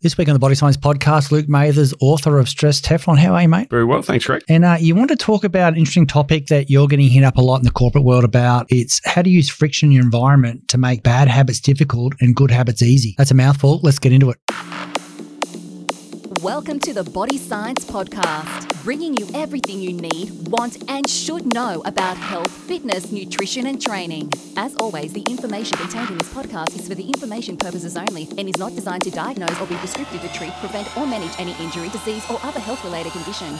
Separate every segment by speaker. Speaker 1: This week on the Body Science Podcast, Luke Mathers, author of Stress Teflon. How are you, mate?
Speaker 2: Very well, thanks, Rick.
Speaker 1: And uh, you want to talk about an interesting topic that you're getting hit up a lot in the corporate world about. It's how to use friction in your environment to make bad habits difficult and good habits easy. That's a mouthful. Let's get into it.
Speaker 3: Welcome to the Body Science Podcast, bringing you everything you need, want, and should know about health, fitness, nutrition, and training. As always, the information contained in this podcast is for the information purposes only and is not designed to diagnose or be prescriptive to treat, prevent, or manage any injury, disease, or other health related condition.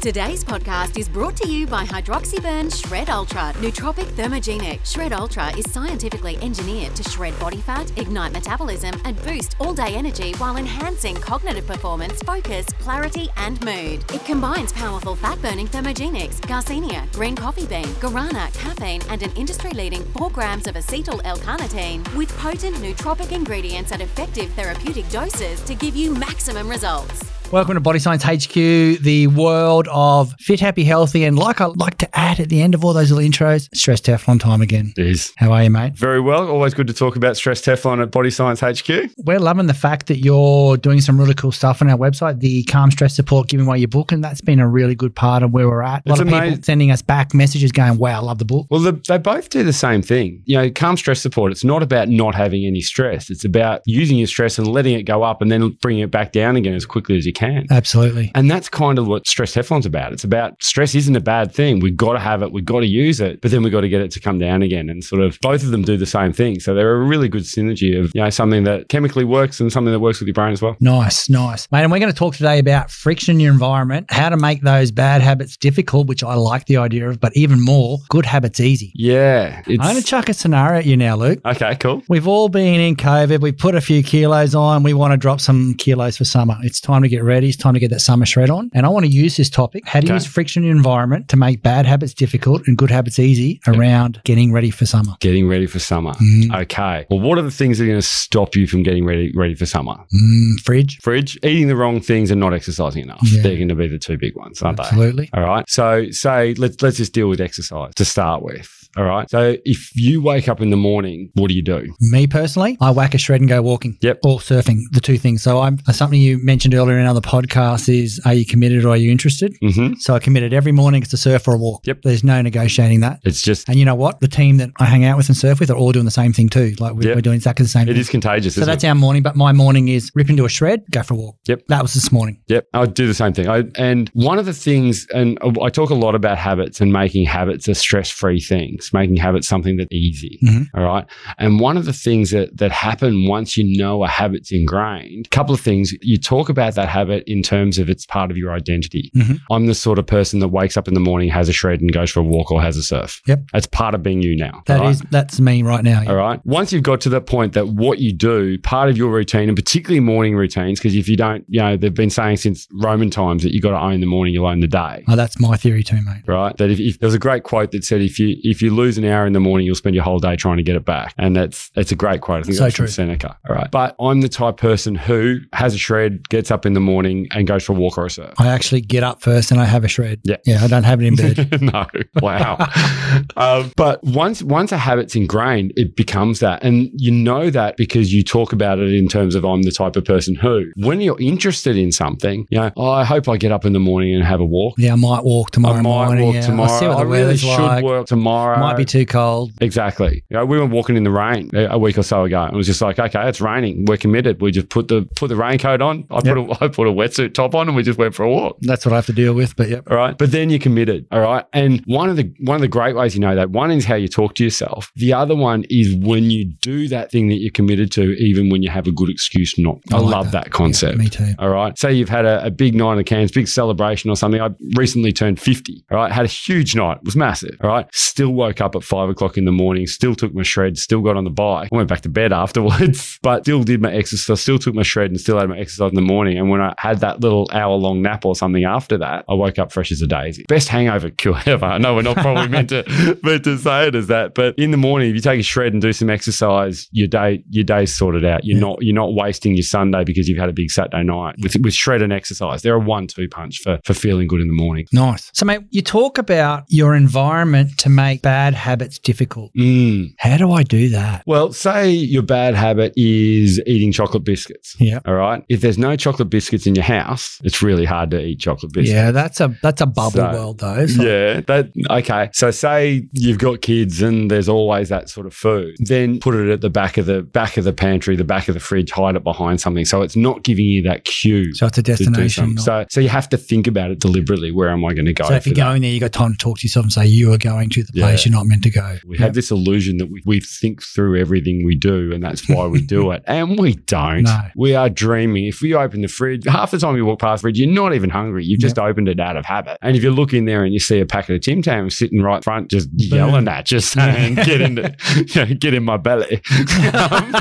Speaker 3: Today's podcast is brought to you by Hydroxyburn Shred Ultra, Nootropic Thermogenic. Shred Ultra is scientifically engineered to shred body fat, ignite metabolism, and boost all day energy while enhancing cognitive performance, focus, clarity, and mood. It combines powerful fat burning thermogenics, garcinia, green coffee bean, guarana, caffeine, and an industry leading 4 grams of acetyl L carnitine with potent nootropic ingredients at effective therapeutic doses to give you maximum results.
Speaker 1: Welcome to Body Science HQ, the world of fit, happy, healthy, and like I like to add at the end of all those little intros, stress Teflon time again.
Speaker 2: It is.
Speaker 1: How are you, mate?
Speaker 2: Very well. Always good to talk about stress Teflon at Body Science HQ.
Speaker 1: We're loving the fact that you're doing some really cool stuff on our website, the Calm Stress Support Giving Away Your Book, and that's been a really good part of where we're at. A lot
Speaker 2: It's
Speaker 1: of people
Speaker 2: amazing.
Speaker 1: sending us back messages going, wow, love the book.
Speaker 2: Well, the, they both do the same thing. You know, calm stress support, it's not about not having any stress. It's about using your stress and letting it go up and then bringing it back down again as quickly as you can.
Speaker 1: Absolutely.
Speaker 2: And that's kind of what stress Teflon's about. It's about stress isn't a bad thing. We've got to have it. We've got to use it, but then we've got to get it to come down again. And sort of both of them do the same thing. So they're a really good synergy of, you know, something that chemically works and something that works with your brain as well.
Speaker 1: Nice, nice. Mate, and we're going to talk today about friction in your environment, how to make those bad habits difficult, which I like the idea of, but even more, good habits easy.
Speaker 2: Yeah. It's,
Speaker 1: I'm going to chuck a scenario at you now, Luke.
Speaker 2: okay, cool.
Speaker 1: We've all been in COVID. We've put a few kilos on. We want to drop some kilos for summer. It's time to get ready. It's time to get that summer shred on. And I want to use this topic how to
Speaker 2: Okay.
Speaker 1: use friction in your environment to make bad habits difficult and good habits easy around getting ready for summer.
Speaker 2: Getting ready for summer.
Speaker 1: Mm,
Speaker 2: Okay. Well, what are the things that are going to stop you from getting ready ready for summer?
Speaker 1: mm, fridge.
Speaker 2: Fridge, eating the wrong things and not exercising enough.
Speaker 1: Yeah.
Speaker 2: They're going to be the two big ones, aren't they?
Speaker 1: Absolutely.
Speaker 2: All right. So say let's let's just deal with exercise to start with. All right. So if you wake up in the morning, what do you do?
Speaker 1: Me personally, I whack a shred and go walking.
Speaker 2: Yep.
Speaker 1: Or surfing, the two things. So I'm uh, something you mentioned earlier in another podcast is are you committed or are you interested?
Speaker 2: Mm-hmm.
Speaker 1: So I committed every morning it's a surf or a walk.
Speaker 2: Yep.
Speaker 1: There's no negotiating that.
Speaker 2: It's just
Speaker 1: And you know what? The team that I hang out with and surf with are all doing the same thing too. Like we're,
Speaker 2: Yeah.
Speaker 1: we're doing exactly the same
Speaker 2: it
Speaker 1: thing.
Speaker 2: is contagious.
Speaker 1: so
Speaker 2: isn't
Speaker 1: that's
Speaker 2: it?
Speaker 1: our morning. But my morning is rip into a shred, go for a walk.
Speaker 2: Yep.
Speaker 1: That was this morning.
Speaker 2: Yep, I do the same thing. I, and one of the things, and I talk a lot about habits and making habits a stress-free things, making habits something that's easy.
Speaker 1: Mhm.
Speaker 2: all right. And one of the things that that happen once you know a habit's ingrained, a couple of things. You talk about that habit in terms of it's part of your identity.
Speaker 1: Mhm.
Speaker 2: I'm the sort of person that wakes up in the morning, has a shred, and goes for a walk or has a surf.
Speaker 1: Yep.
Speaker 2: that's part of being you now.
Speaker 1: That is
Speaker 2: all right?
Speaker 1: that's me right now.
Speaker 2: All right. Once you've got to that point that what you do, part of your routine, and particularly morning routines, because if you don't, you know, they've been saying since Roman times that you got to own the morning, you'll own the day.
Speaker 1: Oh, that's my theory too, mate.
Speaker 2: Right. That if, if there was a great quote that said, if you if you lose an hour in the morning, you'll spend your whole day trying to get it back. And that's that's a great quote. I think
Speaker 1: So
Speaker 2: that's
Speaker 1: true.
Speaker 2: from Seneca. All right. But I'm the type of person who has a shred, gets up in the morning and goes for a walk or a surf.
Speaker 1: I actually get up first and I have a shred.
Speaker 2: Yeah.
Speaker 1: Yeah. I don't have it in bed.
Speaker 2: no. Wow. um, but once once a habit's ingrained, it becomes that, and you know that because you talk about it in terms of I'm the type of person who, when you're interested in something, you know, "Oh, I hope I get up in the morning and have a walk.
Speaker 1: yeah, I might walk tomorrow
Speaker 2: I might
Speaker 1: morning.
Speaker 2: walk
Speaker 1: yeah.
Speaker 2: tomorrow.
Speaker 1: I'll see what the
Speaker 2: I really
Speaker 1: weather's
Speaker 2: should
Speaker 1: like.
Speaker 2: work tomorrow.
Speaker 1: Might be too cold.
Speaker 2: Exactly. You know, we were walking in the rain a a week or so ago. and It was just like, okay, it's raining. We're committed. We just put the put the raincoat on. I
Speaker 1: Yep.
Speaker 2: put a, I put a wetsuit top on, and we just went for a walk.
Speaker 1: That's what I have to deal with. But yep.
Speaker 2: All right. But then you're committed. All right. And one of the one of the great ways you know that one is how you talk to yourself. The other one is when you do that thing that you're committed to, even when you have a good excuse not. I,
Speaker 1: I like
Speaker 2: love
Speaker 1: that.
Speaker 2: that, concept.
Speaker 1: Yeah, me too.
Speaker 2: All right. Say you've had a, a big night in the cans, big celebration or something. I recently turned 50. All right. Had a huge night. It was massive. All right. Still woke up at five o'clock in the morning, still took my shred, still got on the bike. I went back to bed afterwards, but still did my exercise, still took my shred and still had my exercise in the morning. And when I had that little hour long nap or something after that, I woke up fresh as a daisy. Best hangover cure ever. I know we're not probably meant to meant to say it as that, but in the morning, if you take a shred and do some exercise, your day your day's sorted out. You're
Speaker 1: Yeah.
Speaker 2: not you're not wasting your Sunday because you've had a big Saturday night with, with shred and exercise. They're a one two punch for for feeling good in the morning.
Speaker 1: Nice. So, mate, you talk about your environment to make bad bad habits difficult.
Speaker 2: Mm.
Speaker 1: How do I do that?
Speaker 2: Well, say your bad habit is eating chocolate biscuits.
Speaker 1: Yeah.
Speaker 2: All right. If there's no chocolate biscuits in your house, it's really hard to eat chocolate biscuits.
Speaker 1: Yeah, that's a that's a bubble
Speaker 2: So-
Speaker 1: world though. So
Speaker 2: Yeah. That okay. So say you've got kids and there's always that sort of food. Then put it at the back of the back of the pantry, the back of the fridge, hide it behind something. So it's not giving you that cue.
Speaker 1: So it's a
Speaker 2: to do
Speaker 1: destination.
Speaker 2: something.
Speaker 1: not-
Speaker 2: So so you have to think about it deliberately. Where am I going to go?
Speaker 1: so if
Speaker 2: for
Speaker 1: you're
Speaker 2: that?
Speaker 1: going there, you got time to talk to yourself and say you are going to the place
Speaker 2: Yeah.
Speaker 1: you're not meant to go.
Speaker 2: We have this illusion that we, we think through everything we do, and that's why we do it. And we don't.
Speaker 1: No.
Speaker 2: We are dreaming. If we open the fridge, half the time you walk past the fridge, you're not even hungry. You've just opened it out of habit. And if you look in there and you see a packet of Tim Tams sitting right front, just yelling at you, saying,
Speaker 1: Yeah.
Speaker 2: get, in the, you know, get in my belly, um,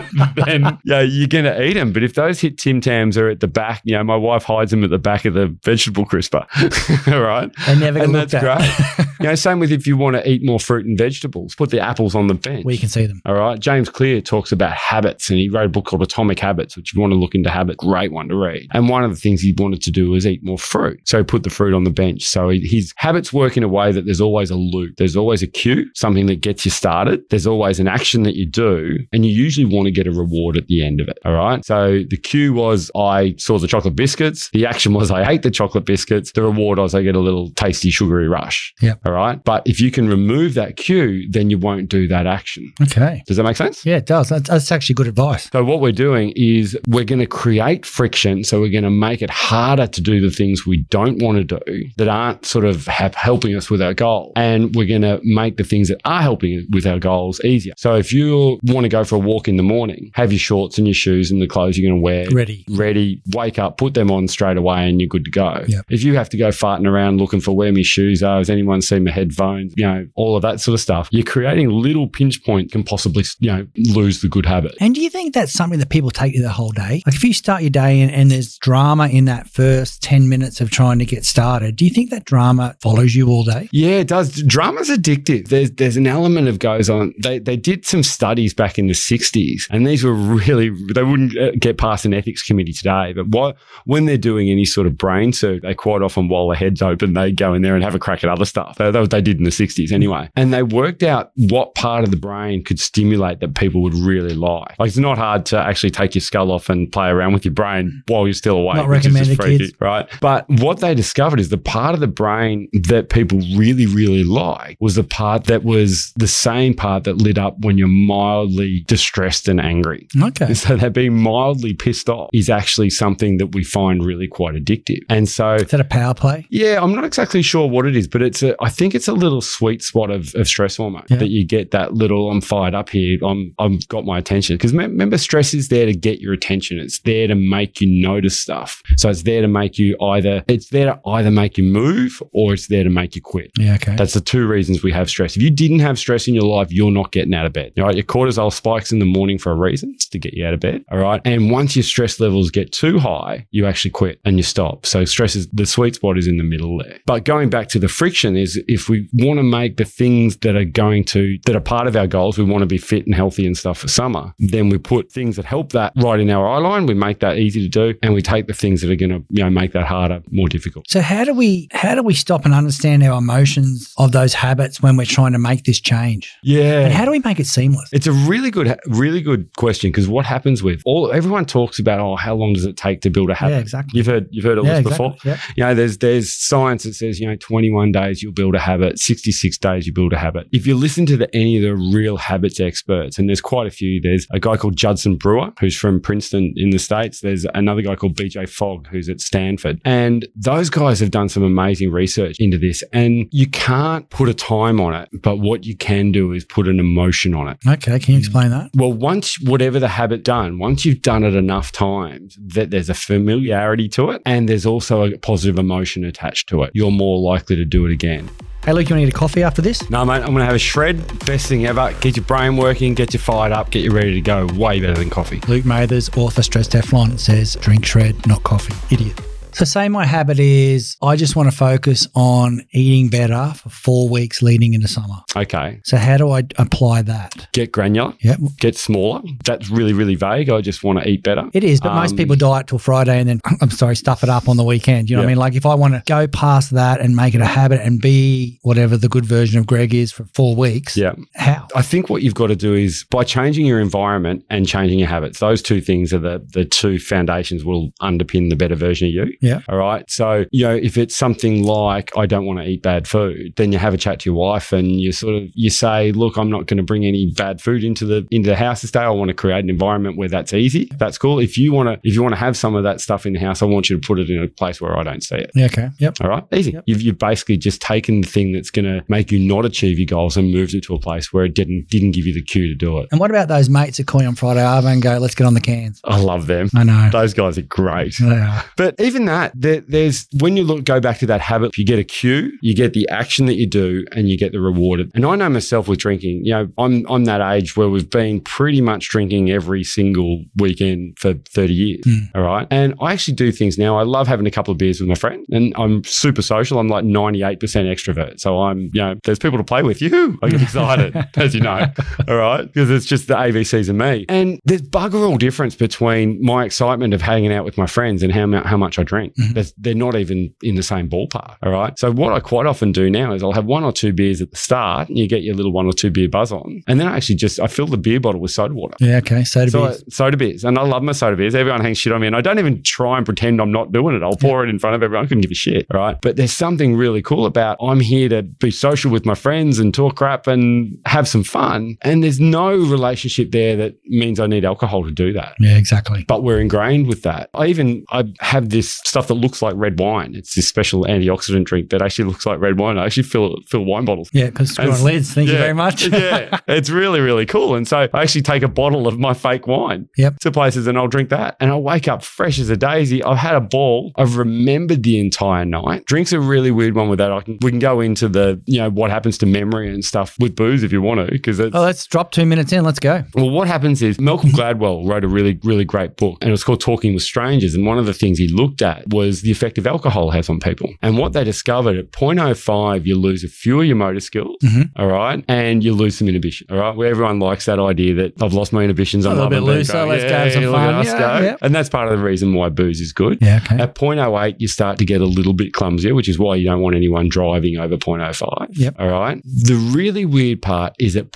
Speaker 2: then yeah, you're going to eat them. But if those hit Tim Tams are at the back, you know, my wife hides them at the back of the vegetable crisper. All right.
Speaker 1: They never get
Speaker 2: And
Speaker 1: looked
Speaker 2: that's
Speaker 1: at.
Speaker 2: great. you know, same with if you want to eat more fruit and vegetables, put the apples on the bench.
Speaker 1: Where you can see them.
Speaker 2: All right. James Clear talks about habits and he wrote a book called Atomic Habits, which if you want to look into habit, great one to read. And one of the things he wanted to do was eat more fruit. So he put the fruit on the bench. So he, his habits work in a way that there's always a loop. There's always a cue, something that gets you started. There's always an action that you do and you usually want to get a reward at the end of it. All right. So the cue was I saw the chocolate biscuits. The action was I ate the chocolate biscuits. The reward was I get a little tasty sugary rush.
Speaker 1: Yep.
Speaker 2: All right. But if you can remove that cue, then you won't do that action.
Speaker 1: Okay.
Speaker 2: Does that make sense?
Speaker 1: Yeah, it does. That's, that's actually good advice.
Speaker 2: So, what we're doing is we're going to create friction. So, we're going to make it harder to do the things we don't want to do that aren't sort of have helping us with our goal. And we're going to make the things that are helping with our goals easier. So, if you want to go for a walk in the morning, have your shorts and your shoes and the clothes you're going to wear
Speaker 1: Ready.
Speaker 2: ready, wake up, put them on straight away, and you're good to go.
Speaker 1: Yep.
Speaker 2: If you have to go farting around looking for where my shoes are, has anyone seen my headphones, you know, all of that sort of stuff, you're creating little pinch point can possibly, you know, lose the good habit.
Speaker 1: And do you think that's something that people take to the whole day? Like if you start your day and, and there's drama in that first 10 minutes of trying to get started, do you think that drama follows you all day?
Speaker 2: Yeah, it does. Drama's addictive. There's there's an element of goes on. They they did some studies back in the '60s, and these were really they wouldn't uh, get past an ethics committee today. But what when they're doing any sort of brain surge, they quite often while their heads open, they go in there and have a crack at other stuff. That, that was they did in the '60s anyway, and they worked out what part of the brain could stimulate that people would really like. Like it's not hard to actually take your skull off and play around with your brain while you're still awake.
Speaker 1: Not
Speaker 2: which is just
Speaker 1: recommended,
Speaker 2: freaky
Speaker 1: kids.
Speaker 2: right? But what they discovered is the part of the brain that people really, really like was the part that was the same part that lit up when you're mildly distressed and angry.
Speaker 1: Okay.
Speaker 2: And so that being mildly pissed off is actually something that we find really quite addictive. And so
Speaker 1: Is that a power play?
Speaker 2: yeah, I'm not exactly sure what it is, but it's a. I think it's a little sweet spot of, of stress hormone
Speaker 1: Yeah.
Speaker 2: that you get that little. I'm fired up here. I'm I'm got my attention because remember, stress is there to get your attention. It's there to make you notice stuff. So it's there to make you either it's there to either make you move or it's there to make you quit.
Speaker 1: Yeah, okay.
Speaker 2: That's the two reasons we have stress. If you didn't have stress in your life, you're not getting out of bed. All right. Your cortisol spikes in the morning for a reason. It's to get you out of bed. All right. And once your stress levels get too high, you actually quit and you stop. So stress is the sweet spot is in the middle there. But going back to the friction is if we want to make the things that are going to, that are part of our goals, we want to be fit and healthy and stuff for summer, then we put things that help that right in our eye line. We make that easy to do and we take the things that are going to, you know, make that harder, more difficult.
Speaker 1: So how do we how do we stop and understand our emotions of those habits when we're trying to make this change?
Speaker 2: Yeah.
Speaker 1: And how do we make it seamless?
Speaker 2: It's a really good, really good question because what happens with all everyone talks about, oh, how long does it take to build a habit?
Speaker 1: Yeah, exactly.
Speaker 2: You've heard you've heard all
Speaker 1: yeah,
Speaker 2: this
Speaker 1: exactly.
Speaker 2: before.
Speaker 1: Yep.
Speaker 2: You know, there's there's science that says you know 21 days you'll build a habit, 66 days you build a habit. If you listen to the, any of the real habits experts, and there's quite a few. There's a guy called Judson Brewer who's from Princeton in the states. There's another guy called BJ Fogg who's at Stanford, and those guys have done some amazing research into this. And you can't put a time on it, but what you can do is put an emotion on it.
Speaker 1: Okay, can you explain that?
Speaker 2: Well, once whatever the habit done, once you've done it enough times, that there's a familiarity to it and there's also a positive emotion attached to it, you're more likely to do it again.
Speaker 1: Hey Luke, you want to get a coffee after this?
Speaker 2: No, mate, I'm going to have a shred. Best thing ever. Get your brain working, get you fired up, get you ready to go. Way better than coffee.
Speaker 1: Luke Mathers, author Stress Teflon, says drink shred, not coffee. Idiot. So, say my habit is I just want to focus on eating better for four weeks leading into summer.
Speaker 2: Okay.
Speaker 1: So, how do I apply that?
Speaker 2: Get granular,
Speaker 1: Yep.
Speaker 2: get smaller. That's really, really vague. I just want to eat better.
Speaker 1: It is, but most
Speaker 2: Um,
Speaker 1: people diet till Friday and then, I'm sorry, stuff it up on the weekend. You know what I
Speaker 2: Yeah.
Speaker 1: mean? Like, if I want to go past that and make it a habit and be whatever the good version of Greg is for four weeks,
Speaker 2: Yeah.
Speaker 1: how?
Speaker 2: I think what you've got to do is by changing your environment and changing your habits, those two things are the, the two foundations will underpin the better version of you.
Speaker 1: Yeah.
Speaker 2: All right. So, you know, if it's something like, I don't want to eat bad food, then you have a chat to your wife and you sort of, you say, look, I'm not going to bring any bad food into the, into the house this day. I want to create an environment where that's easy. That's cool. If you want to, if you want to have some of that stuff in the house, I want you to put it in a place where I don't see it.
Speaker 1: Yeah, okay. Yep.
Speaker 2: All right, easy.
Speaker 1: Yep.
Speaker 2: You've, you've basically just taken the thing that's going to make you not achieve your goals and moved it to a place where it didn't didn't give you the cue to do it.
Speaker 1: And what about those mates that call you on Friday Arvo and go, let's get on the cans?
Speaker 2: I love them.
Speaker 1: I know.
Speaker 2: Those guys are great.
Speaker 1: They are.
Speaker 2: But even that, there, there's when you look go back to that habit, you get a cue, you get the action that you do, and you get the reward. And I know myself with drinking, you know, I'm I'm that age where we've been pretty much drinking every single weekend for 30 years.
Speaker 1: Mm.
Speaker 2: All right. And I actually do things now. I love having a couple of beers with my friend and I'm super social. I'm like 98% extrovert. So I'm, um, you know, there's people to play with. You I get excited, as you know. All right. Because it's just the ABCs of me. And there's bugger all difference between my excitement of hanging out with my friends and how, mu- how much I drink.
Speaker 1: Mhm.
Speaker 2: There's- They're not even in the same ballpark. All right. So what I quite often do now is I'll have one or two beers at the start and you get your little one or two beer buzz on. And then I actually just, I fill the beer bottle with soda water.
Speaker 1: Yeah, okay. Soda
Speaker 2: So
Speaker 1: beers.
Speaker 2: I- soda beers, and I love my soda beers. Everyone hangs shit on me, and I don't even try and pretend I'm not doing it. I'll pour it in front of everyone. I couldn't give a shit, all right? But there's something really cool about I'm here to be social with my friends and talk crap and have some fun. And there's no relationship there that means I need alcohol to do that.
Speaker 1: yeah, exactly.
Speaker 2: But we're ingrained with that. I even I have this stuff that looks like red wine. It's this special antioxidant drink that actually looks like red wine. I actually fill fill wine bottles.
Speaker 1: Yeah, because screw on
Speaker 2: That's-
Speaker 1: lids. Thank you
Speaker 2: Yeah.
Speaker 1: very much.
Speaker 2: yeah, it's really, really cool. And so I actually take a bottle of my fake wine
Speaker 1: Yep.
Speaker 2: to places and I'll drink that. And I'll wake up fresh as a daisy. I've had a ball. I've remembered the entire night. Drink's a really weird one with that. I can, we can go into the, you know, what happens to memory and stuff with booze if you want to, because it's.
Speaker 1: Oh, let's drop two minutes in. Let's go.
Speaker 2: Well, what happens is Malcolm Gladwell wrote a really, really great book, and it's called Talking with Strangers. And one of the things he looked at was the effect of alcohol has on people. And what they discovered at 0.05, you lose a few of your motor skills,
Speaker 1: Mhm.
Speaker 2: all right, and you lose some inhibition, all right. Well, everyone likes that idea that I've lost my inhibitions.
Speaker 1: A
Speaker 2: I'm
Speaker 1: little
Speaker 2: loving
Speaker 1: bit
Speaker 2: being
Speaker 1: looser,
Speaker 2: drunk.
Speaker 1: let's go have some
Speaker 2: look at
Speaker 1: fun.
Speaker 2: us
Speaker 1: Yeah,
Speaker 2: go.
Speaker 1: yeah.
Speaker 2: And that's part of the reason why booze is good.
Speaker 1: Yeah, okay.
Speaker 2: At 0.08, you start to get a little bit clumsier, which is why you don't want anyone driving over 0.05.
Speaker 1: Yep.
Speaker 2: All right. The really weird part is at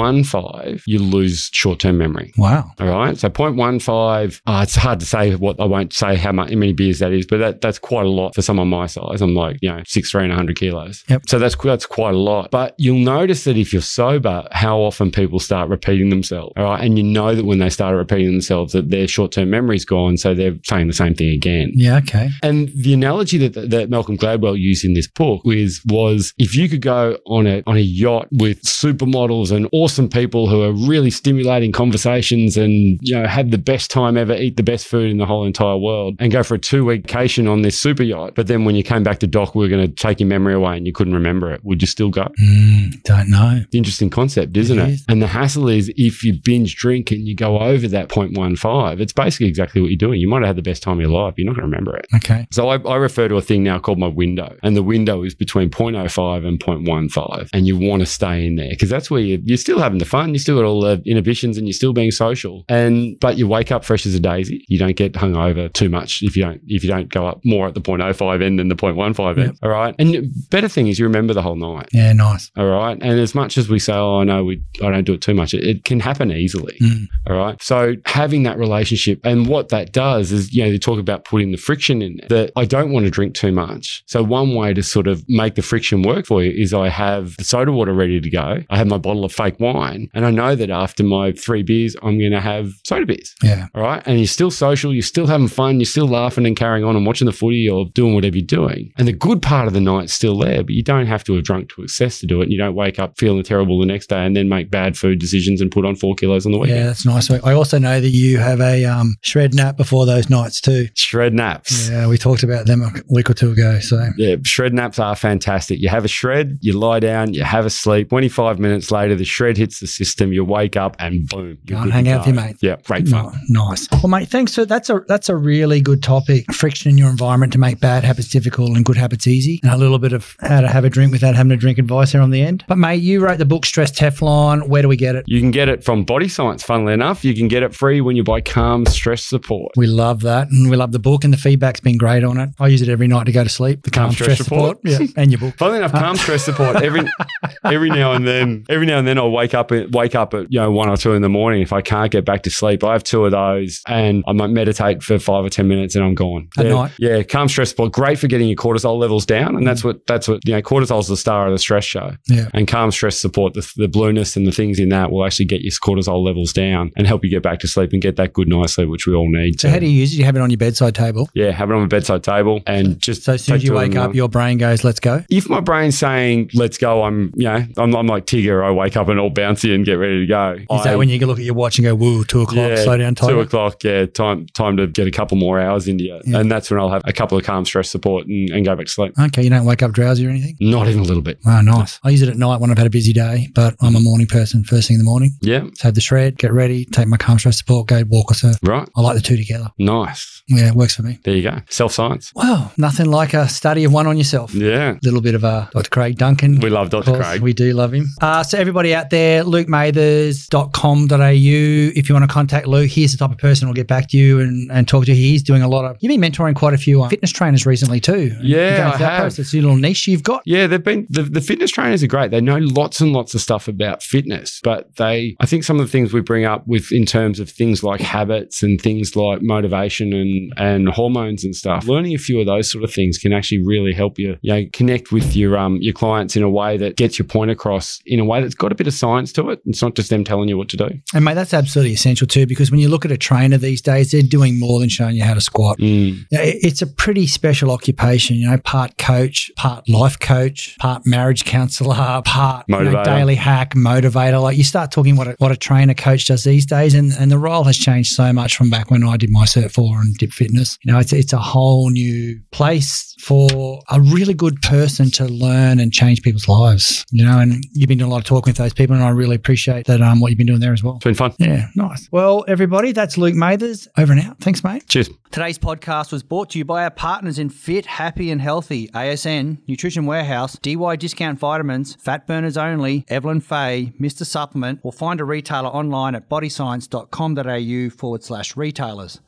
Speaker 2: 0.15, you lose short term memory.
Speaker 1: Wow.
Speaker 2: All right. So 0.15, uh, it's hard to say what I won't say how much, how many beers that is, but that, that's quite a lot for someone my size. I'm like, you know, six, three and 100 kilos.
Speaker 1: Yep.
Speaker 2: So that's, qu- that's quite a lot. But you'll notice that if you're sober, how often people start repeating themselves. All right. And you know that when they start repeating themselves, that their short term memory's gone. So they're saying the same thing again.
Speaker 1: Yeah, okay.
Speaker 2: And the analogy that, that Malcolm Gladwell used in this book is was if you could go on a on a yacht with supermodels and awesome people who are really stimulating conversations and you know have the best time ever, eat the best food in the whole entire world, and go for a two week vacation on this super yacht. But then when you came back to dock, we were going to take your memory away and you couldn't remember it. Would you still go?
Speaker 1: Mm, don't know.
Speaker 2: It's an interesting concept, isn't
Speaker 1: It
Speaker 2: it?
Speaker 1: is.
Speaker 2: And the hassle is if you binge drink and you go over that 0.15, it's basically exactly what you're doing. You might have had the best time of your life. You're not going to remember it.
Speaker 1: Okay.
Speaker 2: So I, I refer to a thing now called my window, and the window is between 0.05 and 0.15, and you want to stay in there because that's where you, you're still having the fun, you still got all the inhibitions, and you're still being social. And but you wake up fresh as a daisy. You don't get hung over too much if you don't if you don't go up more at the 0.05 end than the 0.15 end. All right, and the better thing is you remember the whole night.
Speaker 1: Yeah, nice.
Speaker 2: All right, and as much as we say, oh no, we I don't do it too much, it, it can happen easily.
Speaker 1: Mm.
Speaker 2: All right. So having that relationship and what that does is, you know, they talk about putting the friction in there, that I don't want to drink too much. So one way to sort of make the friction work for you is I have the soda water ready to go. I have my bottle of fake wine and I know that after my three beers, I'm going to have soda beers.
Speaker 1: Yeah.
Speaker 2: All right. And you're still social, you're still having fun, you're still laughing and carrying on and watching the footy or doing whatever you're doing. And the good part of the night's still there, but you don't have to have drunk to excess to do it. And you don't wake up feeling terrible the next day and then make bad food decisions and put on four kilos on the weekend.
Speaker 1: Yeah, that's nice. I also know that you have a um, shred nap before those nights too.
Speaker 2: Shred naps.
Speaker 1: Yeah, we talked about them a week or two ago. So
Speaker 2: Yeah, shred naps are fantastic. You have a shred, you lie down, you have a sleep. 25 minutes later, the shred hits the system, you wake up and boom.
Speaker 1: Go
Speaker 2: you're
Speaker 1: and
Speaker 2: good
Speaker 1: hang
Speaker 2: to
Speaker 1: out with
Speaker 2: go.
Speaker 1: your mates.
Speaker 2: Yeah, great fun.
Speaker 1: Ni- nice. Well, mate, thanks. For, that's a that's a really good topic friction in your environment to make bad habits difficult and good habits easy, and a little bit of how to have a drink without having a drink advice here on the end. But mate, you wrote the book Stress Teflon. Where do we get it?
Speaker 2: You can get it from Body Science, funnily enough. You can get it free when you buy Calm Stress Support.
Speaker 1: We love that, and we love the book, and the feedback's been great on it. I use it every night to go to sleep. The
Speaker 2: Calm Stress Support.
Speaker 1: yeah, and your book.
Speaker 2: Funnily enough, calm stress support every every now and then. Every now and then, I wake up at, wake up at you know one or two in the morning. If I can't get back to sleep, I have two of those, and I might meditate for five or ten minutes, and I'm gone.
Speaker 1: At
Speaker 2: yeah,
Speaker 1: night?
Speaker 2: yeah. Calm stress support, great for getting your cortisol levels down, and that's what that's what you know. Cortisol's the star of the stress show,
Speaker 1: Yeah.
Speaker 2: and calm stress support, the, the blueness and the things in that will actually get your cortisol levels down and help you get back to sleep and get that good night's sleep, which we all need.
Speaker 1: So how do you use it? You have it on your bedside table.
Speaker 2: yeah, have it on the bedside table and just
Speaker 1: So as soon as
Speaker 2: take
Speaker 1: you
Speaker 2: two of
Speaker 1: wake
Speaker 2: them
Speaker 1: up,
Speaker 2: now.
Speaker 1: your brain goes, "Let's go."
Speaker 2: if my brain's saying let's go, I'm you know I'm, I'm like Tigger. I wake up and all bouncy and get ready to go.
Speaker 1: Is that when you can look at your watch and go, "Woo, two o'clock, slow down,
Speaker 2: Two
Speaker 1: time."
Speaker 2: o'clock. Yeah, time time to get a couple more hours into you,
Speaker 1: Yeah.
Speaker 2: and that's when I'll have a couple of calm stress support and, and go back to sleep.
Speaker 1: Okay, you don't wake up drowsy or anything.
Speaker 2: Not even a little bit.
Speaker 1: Wow, nice. I use it at night when I've had a busy day, but I'm a morning person. First thing in the morning,
Speaker 2: Yeah.
Speaker 1: so have the shred, get ready, take my calm stress support, go walk or surf.
Speaker 2: Right.
Speaker 1: I like the two together.
Speaker 2: Nice.
Speaker 1: Yeah, it works for me.
Speaker 2: There you go. Self science.
Speaker 1: Well, nothing like a study of one on yourself.
Speaker 2: Yeah.
Speaker 1: little bit of a Dr. Craig Duncan.
Speaker 2: We love
Speaker 1: Of
Speaker 2: Dr.
Speaker 1: course,
Speaker 2: Craig.
Speaker 1: We do love him. Uh, so, everybody out there, lukemathers.com.au. If you want to contact Luke, he's the type of person who'll get back to you and, and talk to you. He's doing a lot of, you've been mentoring quite a few uh, fitness trainers recently, too. And
Speaker 2: Yeah,
Speaker 1: you're going
Speaker 2: I
Speaker 1: through that
Speaker 2: have.
Speaker 1: Process, your little niche you've got.
Speaker 2: Yeah, they've been the, the fitness trainers are great. They know lots and lots of stuff about fitness, but they I think some of the things we bring up with in terms of things like habits and things like motivation and and hormones and stuff. Learning a few of those sort of things can actually really help you, you know, connect with your um your clients in a way that gets your point across in a way that's got a bit of science to it. It's not just them telling you what to do.
Speaker 1: And, mate, that's absolutely essential, too, because when you look at a trainer these days, they're doing more than showing you how to squat.
Speaker 2: Mm.
Speaker 1: Yeah, it- It's a pretty special occupation, you know, part coach, part life coach, part marriage counselor, part you know,
Speaker 2: Motivator.
Speaker 1: daily hack, motivator. Like you start talking what a, what a trainer coach does these days, and, and the role has changed so much from back when I did my Cert 4 and did fitness. You know, it's, it's a whole new place for a really good person to learn and change people's lives, you know, and you've been doing a lot of talking with those people, and I really appreciate that, um, what you've been doing there as well.
Speaker 2: It's been fun.
Speaker 1: Yeah, nice. Well, everybody, that's Luke Mathers. Over and out. Thanks, mate.
Speaker 2: Cheers.
Speaker 1: Today's podcast was brought to you by our partners in Fit, Happy and Healthy, ASN, Nutrition Warehouse, DY Discount Vitamins, Fat Burners Only, Evelyn Fay, Mr. Supplement, or find a retailer online at bodyscience.com.au forward slash retailers.